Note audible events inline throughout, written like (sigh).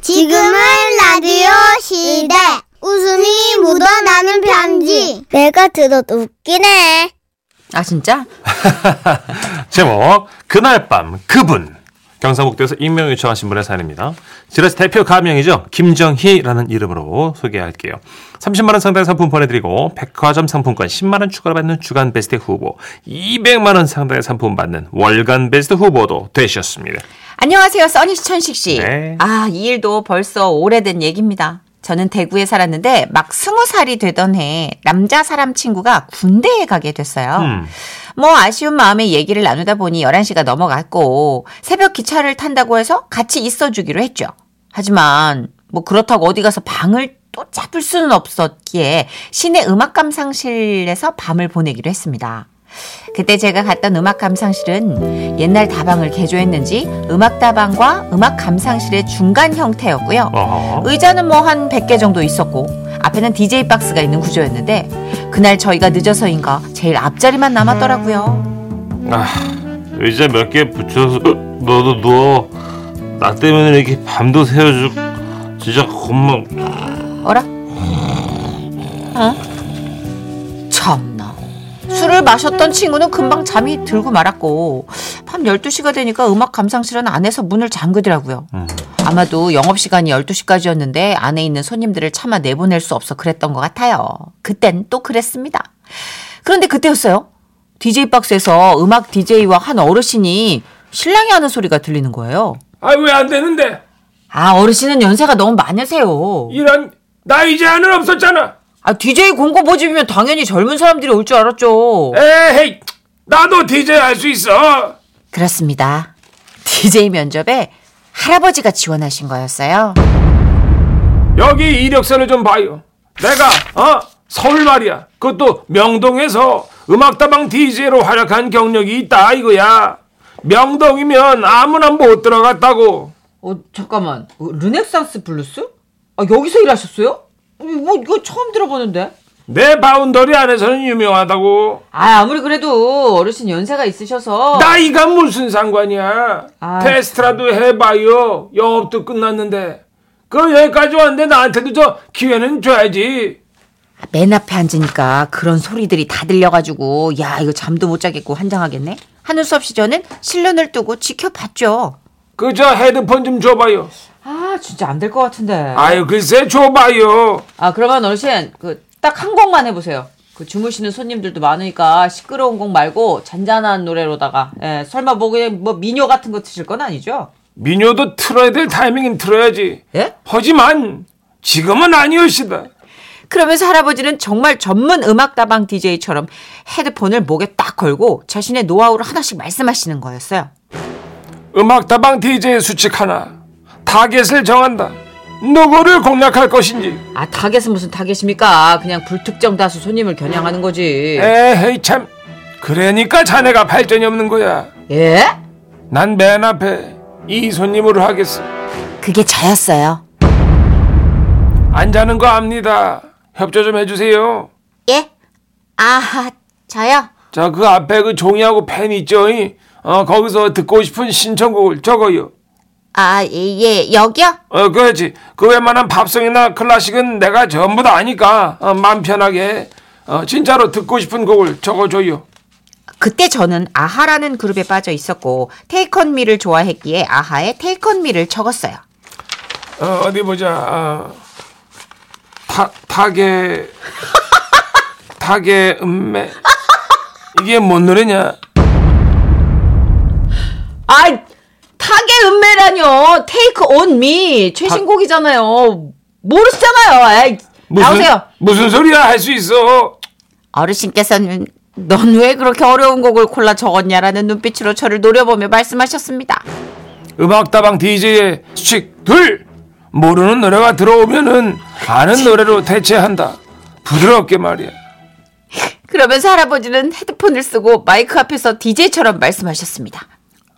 지금은 라디오 시대. 웃음이 묻어나는 편지. 내가 들어도 웃기네. 아 진짜? 제목 그날 밤 그분 경상북도에서 익명 요청하신 분의 사연입니다. 지라시 대표 가명이죠. 김정희라는 이름으로 소개할게요. 30만 원 상당의 상품 보내드리고 백화점 상품권 10만 원 추가로 받는 주간 베스트 후보 200만 원 상당의 상품 받는 월간 베스트 후보도 되셨습니다. 안녕하세요, 써니씨 천식 씨. 네. 아, 이 일도 벌써 오래된 얘기입니다. 저는 대구에 살았는데 막 스무 살이 되던 해 남자 사람 친구가 군대에 가게 됐어요. 음. 뭐 아쉬운 마음에 얘기를 나누다 보니 11시가 넘어갔고 새벽 기차를 탄다고 해서 같이 있어 주기로 했죠. 하지만 뭐 그렇다고 어디 가서 방을 또 잡을 수는 없었기에 시내 음악 감상실에서 밤을 보내기로 했습니다. 그때 제가 갔던 음악 감상실은 옛날 다방을 개조했는지 음악 다방과 음악 감상실의 중간 형태였고요. 어허. 의자는 뭐 한 100개 정도 있었고 앞에는 DJ 박스가 있는 구조였는데 그날 저희가 늦어서인가 제일 앞자리만 남았더라고요. 아, 의자 몇 개 붙여서 너도 누워. 나 때문에 이렇게 밤도 새워주 진짜 고마워. 어라? 어? 참나. 술을 마셨던 친구는 금방 잠이 들고 말았고 밤 12시가 되니까 음악 감상실은 안에서 문을 잠그더라고요. 음. 아마도 영업시간이 12시까지였는데 안에 있는 손님들을 차마 내보낼 수 없어 그랬던 것 같아요. 그땐 또 그랬습니다. 그런데 그때였어요. DJ 박스에서 음악 DJ와 한 어르신이 신랑이 하는 소리가 들리는 거예요. 아 왜 안 되는데? 아, 어르신은 연세가 너무 많으세요. 이런 나 이제 하늘 없었잖아. 아, DJ 공고 모집이면 당연히 젊은 사람들이 올 줄 알았죠. 네. 에헤이 나도 DJ 할 수 있어. 그렇습니다. DJ 면접에 할아버지가 지원하신 거였어요. 여기 이력서를 좀 봐요. 내가 어 서울 말이야. 그것도 명동에서 음악다방 DJ로 활약한 경력이 있다 이거야. 명동이면 아무나 못 들어갔다고. 어, 잠깐만. 르넥상스 블루스? 아, 여기서 일하셨어요? 뭐, 이거 처음 들어보는데? 내 바운더리 안에서는 유명하다고. 아, 아무리 그래도 어르신 연세가 있으셔서. 나이가 무슨 상관이야? 아. 테스트라도 해봐요. 영업도 끝났는데. 그 여기까지 왔는데 나한테도 저 기회는 줘야지. 맨 앞에 앉으니까 그런 소리들이 다 들려가지고, 야, 이거 잠도 못 자겠고 환장하겠네? 하는 수 없이 저는 실눈을 뜨고 지켜봤죠. 그 저 헤드폰 좀 줘봐요. 아, 진짜 안 될 것 같은데. 아, 아유 글쎄 줘봐요. 그러면 어르신, 그, 딱 한 곡만 해보세요. 그 주무시는 손님들도 많으니까 시끄러운 곡 말고 잔잔한 노래로다가, 예, 설마 뭐 그냥 뭐 미녀 같은 거 드실 건 아니죠? 민요도 틀어야 될 타이밍은 틀어야지. 예? 하지만 지금은 아니오시다. 그러면서 할아버지는 정말 전문 음악다방 DJ처럼 헤드폰을 목에 딱 걸고 자신의 노하우를 하나씩 말씀하시는 거였어요. 음악다방 DJ의 수칙 하나. 타겟을 정한다. 누구를 공략할 것인지. 아, 타겟은 무슨 타겟입니까? 그냥 불특정 다수 손님을 겨냥하는 거지. 예? 에헤이 참. 그러니까 자네가 발전이 없는 거야. 예? 난 맨 앞에 이 손님으로 하겠어. 그게 저였어요. 안 자는 거 압니다. 협조 좀 해주세요. 예? 아, 저요? 자, 그 앞에 그 종이하고 펜 있죠? 이? 어, 거기서 듣고 싶은 신청곡을 적어요. 아, 예, 여기요? 어, 그렇지. 그 웬만한 팝송이나 클래식은 내가 전부 다 아니까, 어, 마음 편하게. 어, 진짜로 듣고 싶은 곡을 적어줘요. 그때 저는 아하라는 그룹에 빠져 있었고 테이크 온 미를 좋아했기에 아하의 테이크 온 미를 적었어요. 어, 어디 보자. 어, 타, 타게, 타게 음매. 이게 뭔 노래냐? 아, 타겟 음매라뇨. 테이크 온 미. 최신곡이잖아요. 모르시잖아요. 아이, 나오세요. 무슨 소리야? 할 수 있어. 어르신께서는 넌 왜 그렇게 어려운 곡을 골라 적었냐라는 눈빛으로 저를 노려보며 말씀하셨습니다. 음악다방 DJ의 수칙 둘 모르는 노래가 들어오면은 아는 노래로 대체한다 부드럽게 말이야 그러면서 할아버지는 헤드폰을 쓰고 마이크 앞에서 DJ처럼 말씀하셨습니다.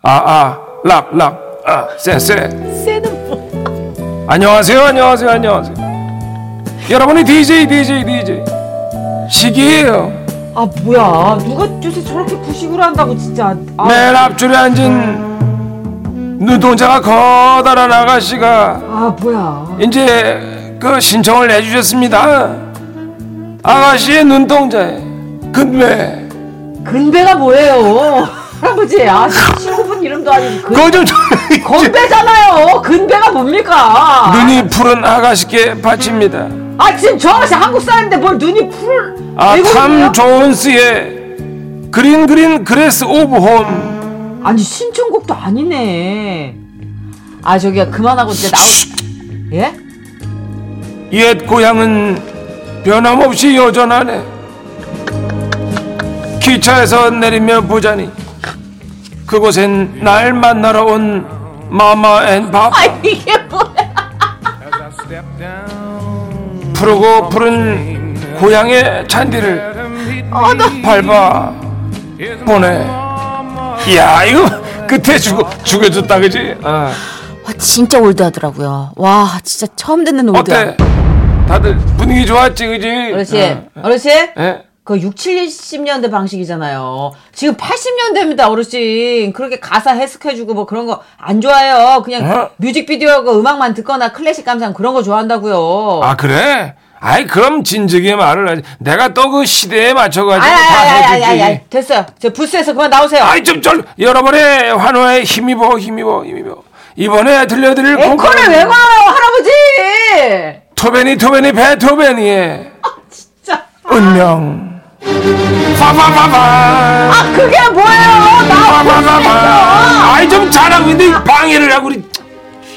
아, 아아락락아 쎄쎄 쎄는 뭐. 안녕하세요 안녕하세요 안녕하세요 여러분이 DJ DJ DJ 시기예요 아, 네. 뭐야. 누가 요새 저렇게 부식을 한다고 진짜. 아, 맨 앞줄에 앉은 눈동자가 커다란 아가씨가 아 뭐야 이제 그 신청을 해주셨습니다. 아가씨의 눈동자에 그 근데 근배가 뭐예요 (laughs) 할아버지 아 신고분 이름도 아니고 근... 그좀 (laughs) 건배잖아요 근배가 뭡니까 눈이 푸른 아가씨께 바칩니다. 아 지금 저 아가씨 한국 사람인데 뭘 눈이 풀 아탐 외국인이에요? 존스의 그린 그린 그레스 오브 홈 아니 신청곡도 아니네 아 저기야 그만하고 이제 나오 예? 옛 고향은 변함없이 여전하네. 기차에서 내리며 보자니 그곳엔 날 만나러 온 마마 앤 바바. 아 이게 뭐야 푸르고 푸른 고향의 잔디를 어, 밟아 보내. 야 이거 끝에 죽어 죽여줬다 그지? 어. 와, 진짜 올드하더라고요. 와, 진짜 처음 듣는 올드야. 어때? 다들 분위기 좋았지 그지? 어르신 어. 어르신 예? 그 6, 7, 70년대 방식이잖아요. 지금 80년대입니다, 어르신. 그렇게 가사 해석해주고 뭐 그런 거 안 좋아해요. 그냥 어? 뮤직비디오하고 음악만 듣거나 클래식 감상 그런 거 좋아한다고요. 아 그래? 아이 그럼 진즉에 말을 하지. 내가 또 그 시대에 맞춰가지고 다 해주지. 아야야야야야 됐어요. 저 부스에서 그만 나오세요. 아이 좀절 여러분의 환호에 힘입어 힘입어 힘입어. 이번에 들려드릴 에코를 곡은 왜 걸어요, 할아버지? 토베니 토베니 베토베니의 아, 진짜. 운명. 파파파파. 아 그게 뭐예요? 나 파파파파. 아이 좀 잘하고 있는데 방해를 하고 우리.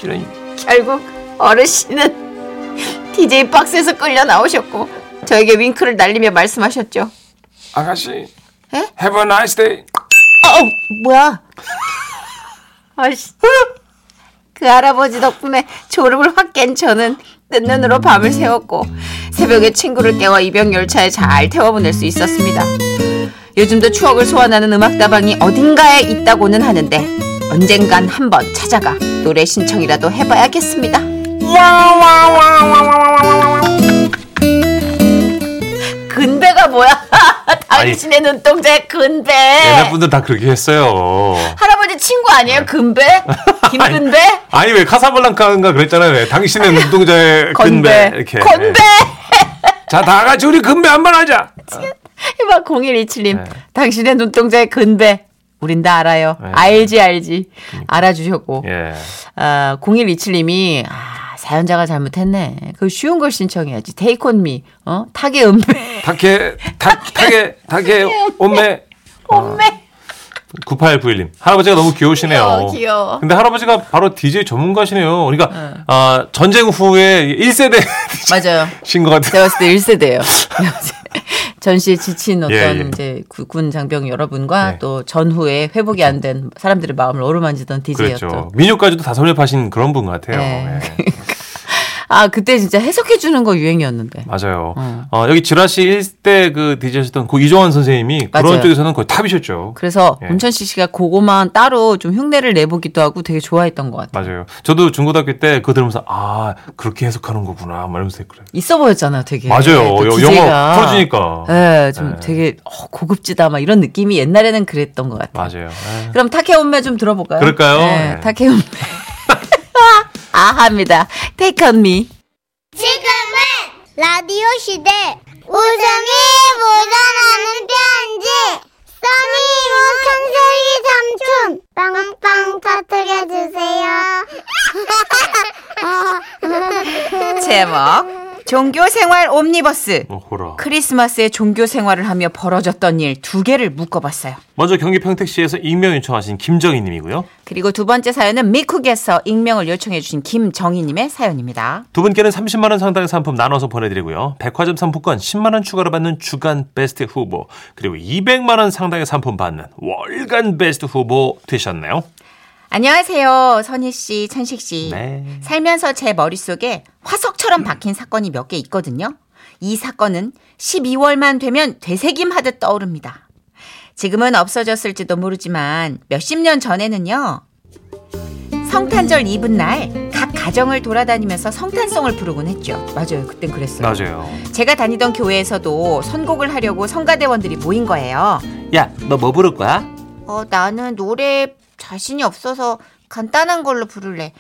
이런. 결국 어르신은 (laughs) DJ 박스에서 끌려 나오셨고 저에게 윙크를 날리며 말씀하셨죠. 아가씨. Have a nice day. 어, 뭐야? 아씨. 그 할아버지 덕분에 졸음을 확 깬 저는 뜬 눈으로 밤을 새웠고 새벽에 친구를 깨워 입영 열차에 잘 태워보낼 수 있었습니다. 요즘도 추억을 소환하는 음악다방이 어딘가에 있다고는 하는데 언젠간 한번 찾아가 노래 신청이라도 해봐야겠습니다. 근배가 뭐야? (laughs) 당신의 눈동자의 근배. 옛날 분들 다 그렇게 했어요. 할아버지 친구 네. 아니에요? (laughs) 근배? 김근배? 아니 왜 카사블랑카인가 그랬잖아요. 왜 (laughs) 당신의 눈동자의 근배 이렇게. 네. 건배! (laughs) 자 다 같이 우리 금배 한번 하자. 해봐 네. 0127님. 당신의 눈동자의 근배. 우린 다 알아요. 알지 알지. 알아주셨고. 네. 그러니까. 예. 아, 0127님이 아, 사연자가 잘못했네. 그 쉬운 걸 신청해야지. 테이크 온 미. 어? 타계 아. 은배. 닭해 닭 닭해 닭해 온매. (laughs) 엄매. 9891님. 할아버지가 너무 귀여우시네요. 귀여워, 귀여워. 근데 할아버지가 바로 DJ 전문가시네요. 그러니까 아, 전쟁 후에 1세대 (laughs) 맞아요. 신것 같아요. 제가 봤을 때 1세대예요. (laughs) 전시에 지친 어떤 예, 예. 이제 구- 군 장병 여러분과 네. 또 전후에 회복이 안 된 사람들의 마음을 어루만지던 DJ였죠. 그렇죠. 민요까지도 다 섭렵하신 그런 분 같아요. 예. 예. 아 그때 진짜 해석해 주는 거 유행이었는데. 맞아요. 음. 어, 여기 지라시 1대 그 DJ셨던 고 이종환 선생님이 맞아요. 그런 쪽에서는 거의 탑이셨죠. 그래서 예. 문천식 씨가 그거만 따로 좀 흉내를 내보기도 하고 되게 좋아했던 것 같아요. 맞아요. 저도 중고등학교 때 그거 들으면서 아 그렇게 해석하는 거구나 말하면서 그래요. 있어 보였잖아, 되게. 맞아요. 예, 또 여- DJ가. 영어 풀어주니까. 예, 좀 예. 되게 어, 고급지다 막 이런 느낌이 옛날에는 그랬던 것 같아요. 맞아요. 예. 그럼 타케 온매 좀 들어볼까요? 그럴까요? 예, 예. 타케 온매. (laughs) 아합니다. Take on me. 지금은 라디오 시대 웃음이 묻어나는 편지 써니 우천세기 삼촌 빵빵 터뜨려 주세요 제목 종교 생활 옴니버스. 어호라. 크리스마스에 종교 생활을 하며 벌어졌던 일 두 개를 묶어봤어요. 먼저 경기 평택시에서 익명 요청하신 김정희님이고요. 그리고 두 번째 사연은 미쿡에서 익명을 요청해 주신 김정희님의 사연입니다. 두 분께는 30만 원 상당의 상품 나눠서 보내드리고요. 백화점 상품권 10만 원 추가로 받는 주간 베스트 후보 그리고 200만 원 상당의 상품 받는 월간 베스트 후보 되셨나요? 안녕하세요. 선희 씨, 천식 씨. 네. 살면서 제 머릿속에 화석처럼 박힌 사건이 몇 개 있거든요. 이 사건은 12월만 되면 되새김하듯 떠오릅니다. 지금은 없어졌을지도 모르지만 몇십 년 전에는요. 성탄절 이브 날 각 가정을 돌아다니면서 성탄송을 부르곤 했죠. 맞아요. 그땐 그랬어요. 맞아요. 제가 다니던 교회에서도 선곡을 하려고 성가대원들이 모인 거예요. 야 너 뭐 부를 거야? 어, 나는 노래 자신이 없어서 간단한 걸로 부를래.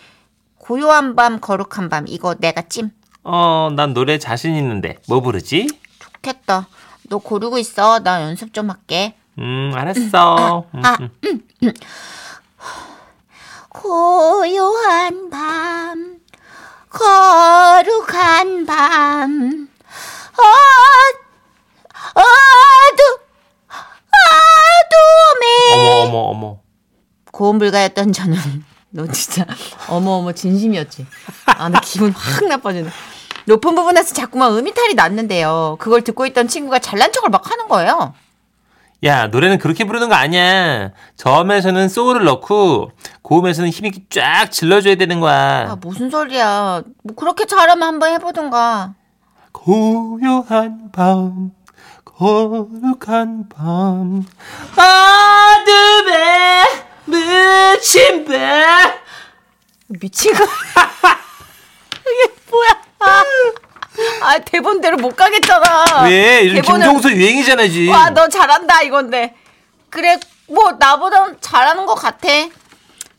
고요한 밤, 거룩한 밤. 이거 내가 찜. 어, 난 노래 자신 있는데 뭐 부르지? 좋겠다. 너 고르고 있어. 나 연습 좀 할게. 음, 알았어. 음, 아, 음. 고요한 밤, 거룩한 밤, 어, 어두, 어둠에. 어머, 어머, 어머. 고음 불가였던 저는 (laughs) 너 진짜 어머 어머 진심이었지. 아 나 기분 확 나빠지네. 높은 부분에서 자꾸만 음이탈이 났는데요. 그걸 듣고 있던 친구가 잘난 척을 막 하는 거예요. 야, 노래는 그렇게 부르는 거 아니야. 저음에서는 소울을 넣고 고음에서는 힘이 쫙 질러줘야 되는 아, 거야. 무슨 소리야. 뭐 그렇게 잘하면 한번 해보던가. 고요한 밤, 거룩한 밤, 어둠에 묻힌 밤. 미친 (laughs) 거. 이게 뭐야? 아 대본대로 못 가겠잖아. 왜? 요즘 대본을- 김종수 유행이잖아, 지 와, 예. 너 잘한다 이건데. 그래, 뭐 나보다 잘하는 것 같아.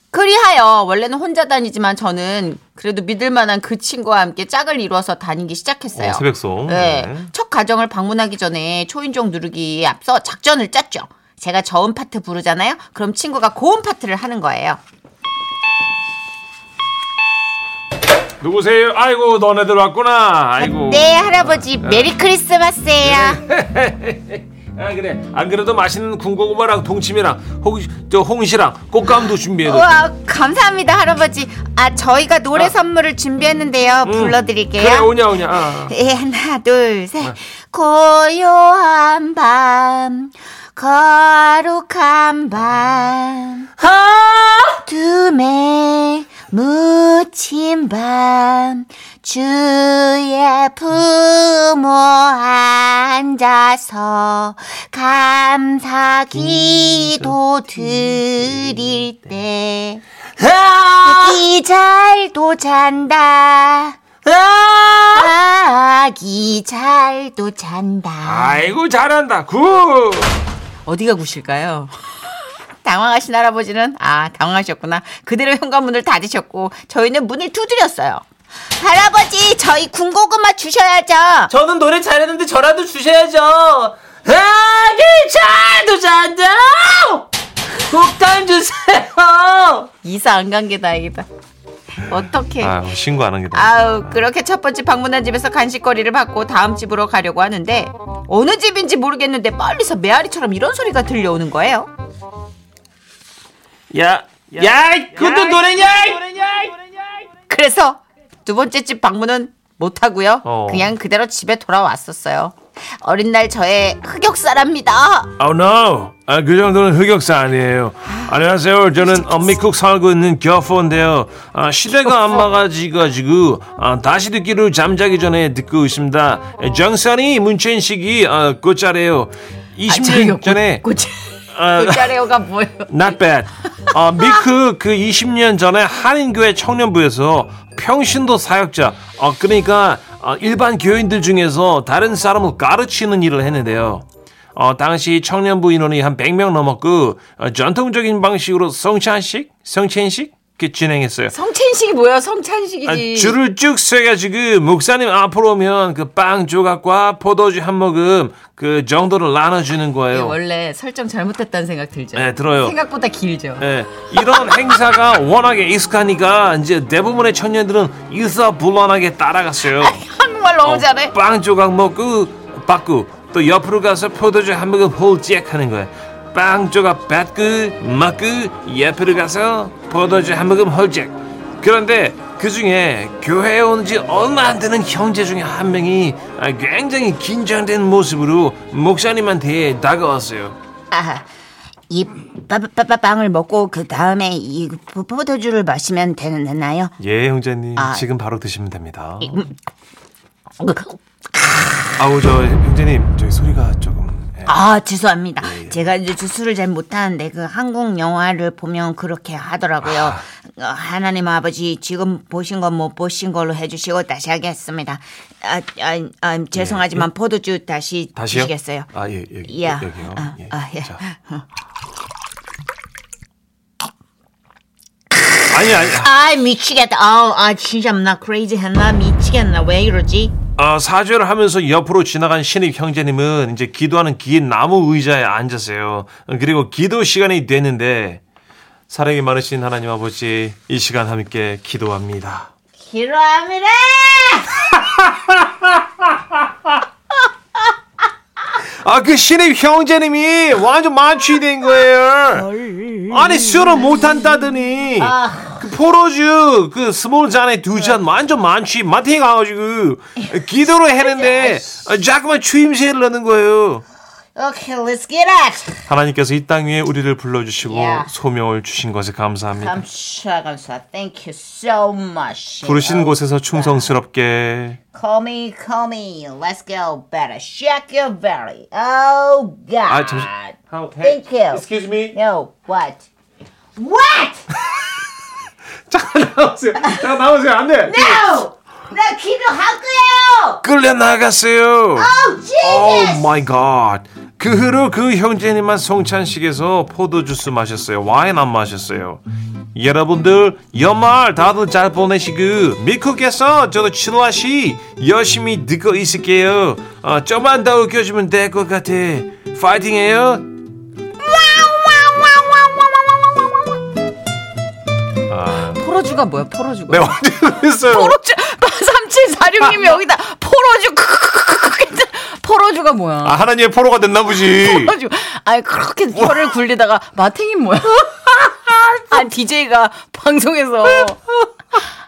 그리하여 원래는 혼자 다니지만 저는 그래도 믿을 만한 그 친구와 함께 짝을 이루어서 다니기 시작했어요. 어, 새벽송. 네. 네. 첫 가정을 방문하기 전에 초인종 누르기에 앞서 작전을 짰죠. 제가 저음 파트 부르잖아요. 그럼 친구가 고음 파트를 하는 거예요. 누구세요? 아이고 너네들 왔구나. 아이고. 네, 할아버지, 메리 크리스마스예요. 아 그래. 안 그래도 맛있는 군고구마랑 동치미랑 혹시 저 홍시랑 꽃감도 준비해뒀어. 우와, 감사합니다, 할아버지. 아, 저희가 노래 선물을 준비했는데요. 불러드릴게요. 그래 오냐 오냐. 아, 예, 하나, 둘, 셋. 고요한 밤, 거룩한 밤, 어둠에 묻힌 밤, 주의 부모 앉아서 감사 기도 드릴 때, 아기 잘도 잔다. 아! 아! 아기 잘도 잔다. 아. 이고 잘한다. 굿. 어디가 구실까요? (laughs) 당황하신 할아버지는 아 당황하셨구나. 그대로 현관문을 닫으셨고 저희는 문을 두드렸어요. 할아버지 저희 군고구마 주셔야죠. 저는 노래 잘했는데 저라도 주셔야죠. 아기 잘도 잔다. 곡탄 주세요. 이사 안 간 게 다행이다. 어떻게? 아, 뭐 신고 안 한 게 나. 아우 그렇게 첫 번째 방문한 집에서 간식거리를 받고 다음 집으로 가려고 하는데 어느 집인지 모르겠는데 멀리서 메아리처럼 이런 소리가 들려오는 거예요. 야, 야, 그것도 노래냐? 그래서 두 번째 집 방문은 못 하고요. 어. 그냥 그대로 집에 돌아왔었어요. 어린 날 저의 흑역사랍니다. Oh no. 아, 그 정도는 흑역사 아니에요. 안녕하세요. 저는 엄미국 살고 있는 겨포인데요. 아, 시대가 안 막아지가지고 아, 다시 듣기로 잠자기 전에 듣고 있습니다. 정선이 문천식이 아, 꽃자래요. 20년 전에 꽃, 그 아, 꽃자래요가 뭐예요? Not bad. 어, 미크 그 20년 전에 한인교회 청년부에서 평신도 사역자, 어, 그러니까 어, 일반 교인들 중에서 다른 사람을 가르치는 일을 했는데요. 어, 당시 청년부 인원이 한 100명 넘었고 어, 전통적인 방식으로 성찬식, 성찬식 이렇게 진행했어요. 성찬식이 뭐예요? 아, 성찬식이지. 줄을 쭉 서가지고 목사님 앞으로 오면 그 빵 조각과 포도주 한 모금 그 정도를 나눠주는 거예요. 네, 원래 설정 잘못했다는 생각 들죠. 네, 들어요. 생각보다 길죠. 예, 이런 행사가 워낙에 익숙하니까 이제 대부분의 청년들은 일사불란하게 따라갔어요. 한국말 너무 잘해. 어, 빵 조각 먹고 받고 또 옆으로 가서 포도주 한 모금 홀짝 하는 거예요. 빵 조각 받고 먹고 옆으로 가서 포도주 한 모금 홀짝. 그런데 그 중에 교회에 온 지 얼마 안 되는 형제 중에 한 명이 아, 굉장히 긴장된 모습으로 목사님한테 다가왔어요. 아하, 이 빠빠빠빵을 먹고 그 다음에 이 포- 포도주를 마시면 되나요? 예, 형제님 아. 지금 바로 드시면 됩니다. 그, 음. 아우 저 형제님 저희 소리가 조금. 예. 아 죄송합니다. 제가 이제 주술을 잘 못하는데 그 한국 영화를 보면 그렇게 아. 하더라고요. 어, 하나님 아버지 지금 보신 건 못 보신 걸로 해주시고 다시 하겠습니다. 아, 아, 아 죄송하지만 포도주 다시 예. 다시요? 주시겠어요? 아 예, 여기 야. 여기요. 아, 예. 예. 아, 예. 자. 아니 아니. 아 미치겠다. 아, 아 진짜 나 크레이지 했나 미치겠나 왜 이러지? 아, 사죄를 하면서 옆으로 지나간 신입 형제님은 이제 기도하는 긴 나무 의자에 앉았어요. 그리고 기도 시간이 됐는데 사랑이 많으신 하나님 아버지 이 시간 함께 기도합니다. 기도합니다. 아, 그 신입 형제님이 완전 만취된 거예요. 아니 술을 못 한다더니 그 포로주 그 스몰 잔에 두 잔 완전 만취 마탱이 가가지고 기도를 했는데 자꾸만 추임새를 넣는 거예요. Okay, let's get it. 하나님께서 이 땅 위에 우리를 불러주시고 Yeah. 소명을 주신 것에 감사합니다. 감사 감사. Thank you so much. 부르신 곳에서 충성스럽게 Call me, call me. Let's go, better. Shake your belly. Oh God. 아, 잠시- Thank you. Excuse me. No, what? What? (laughs) 나오세요. 자, 나오세요. 안 돼. No! 나 기도할 거예요. 끌려 나갔어요. Oh Oh Jesus. my god. 그 후로 그 형제님만 성찬식에서 포도 주스 마셨어요. 와인 안 마셨어요. 여러분들 연말 다들 잘 보내시고 미국에서 저도 친화시 열심히 듣고 있을게요. 아, 좀만 더 웃겨주면 될 것 같아. 파이팅해요. 포로주가 뭐야, 포로주가. 네, 어디 그랬어요? (laughs) 포로주, 3746님이 여기다 포로주, (laughs) 크크크크크. 포로주가 뭐야. 아, 하나님의 포로가 됐나 보지. 포로주. 아니, 그렇게 혀를 굴리다가 마탱이 (laughs) 뭐야. 아, DJ가 방송에서.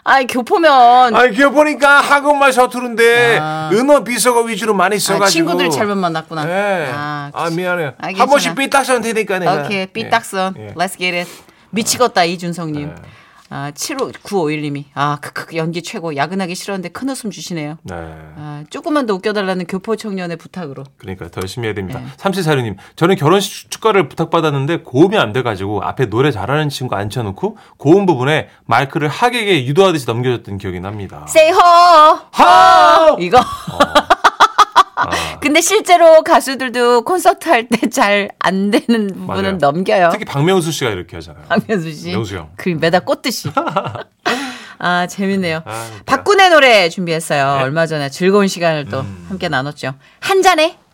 아, 교포면. 아니 그거 보니까 한국말 서투른데 아. 은어 비서가 위주로 많이 써가지고 아, 친구들 잘못 만났구나. 예. 아, 아, 그치. 미안해요 아, 괜찮아. 한 번씩 삐딱선 되니까 내가 오케이 삐딱선 예. Let's get it 미치겠다 이준성님 네. 아, 75951님이 아 크크 연기 최고 야근하기 싫었는데 큰 웃음 주시네요 네. 아, 조금만 더 웃겨달라는 교포 청년의 부탁으로 그러니까 더 열심히 해야 됩니다. 네. 삼칠사료님, 저는 결혼식 축가를 부탁받았는데 고음이 안 돼가지고 앞에 노래 잘하는 친구 앉혀놓고 고음 부분에 마이크를 하객에 유도하듯이 넘겨줬던 기억이 납니다. Say ho 하! 어. 아. 이거 (laughs) 근데 실제로 가수들도 콘서트 할 때 잘 안 되는 부분은 맞아요. 넘겨요 특히 박명수 씨가 이렇게 하잖아요. 박명수 씨. 명수 형. 그 매다 (laughs) 꽂듯이. 아, 재밌네요. 아, 네. 웃기다. 음. 박군의 노래 준비했어요. 얼마 전에 즐거운 시간을 또 함께 나눴죠. 한 잔에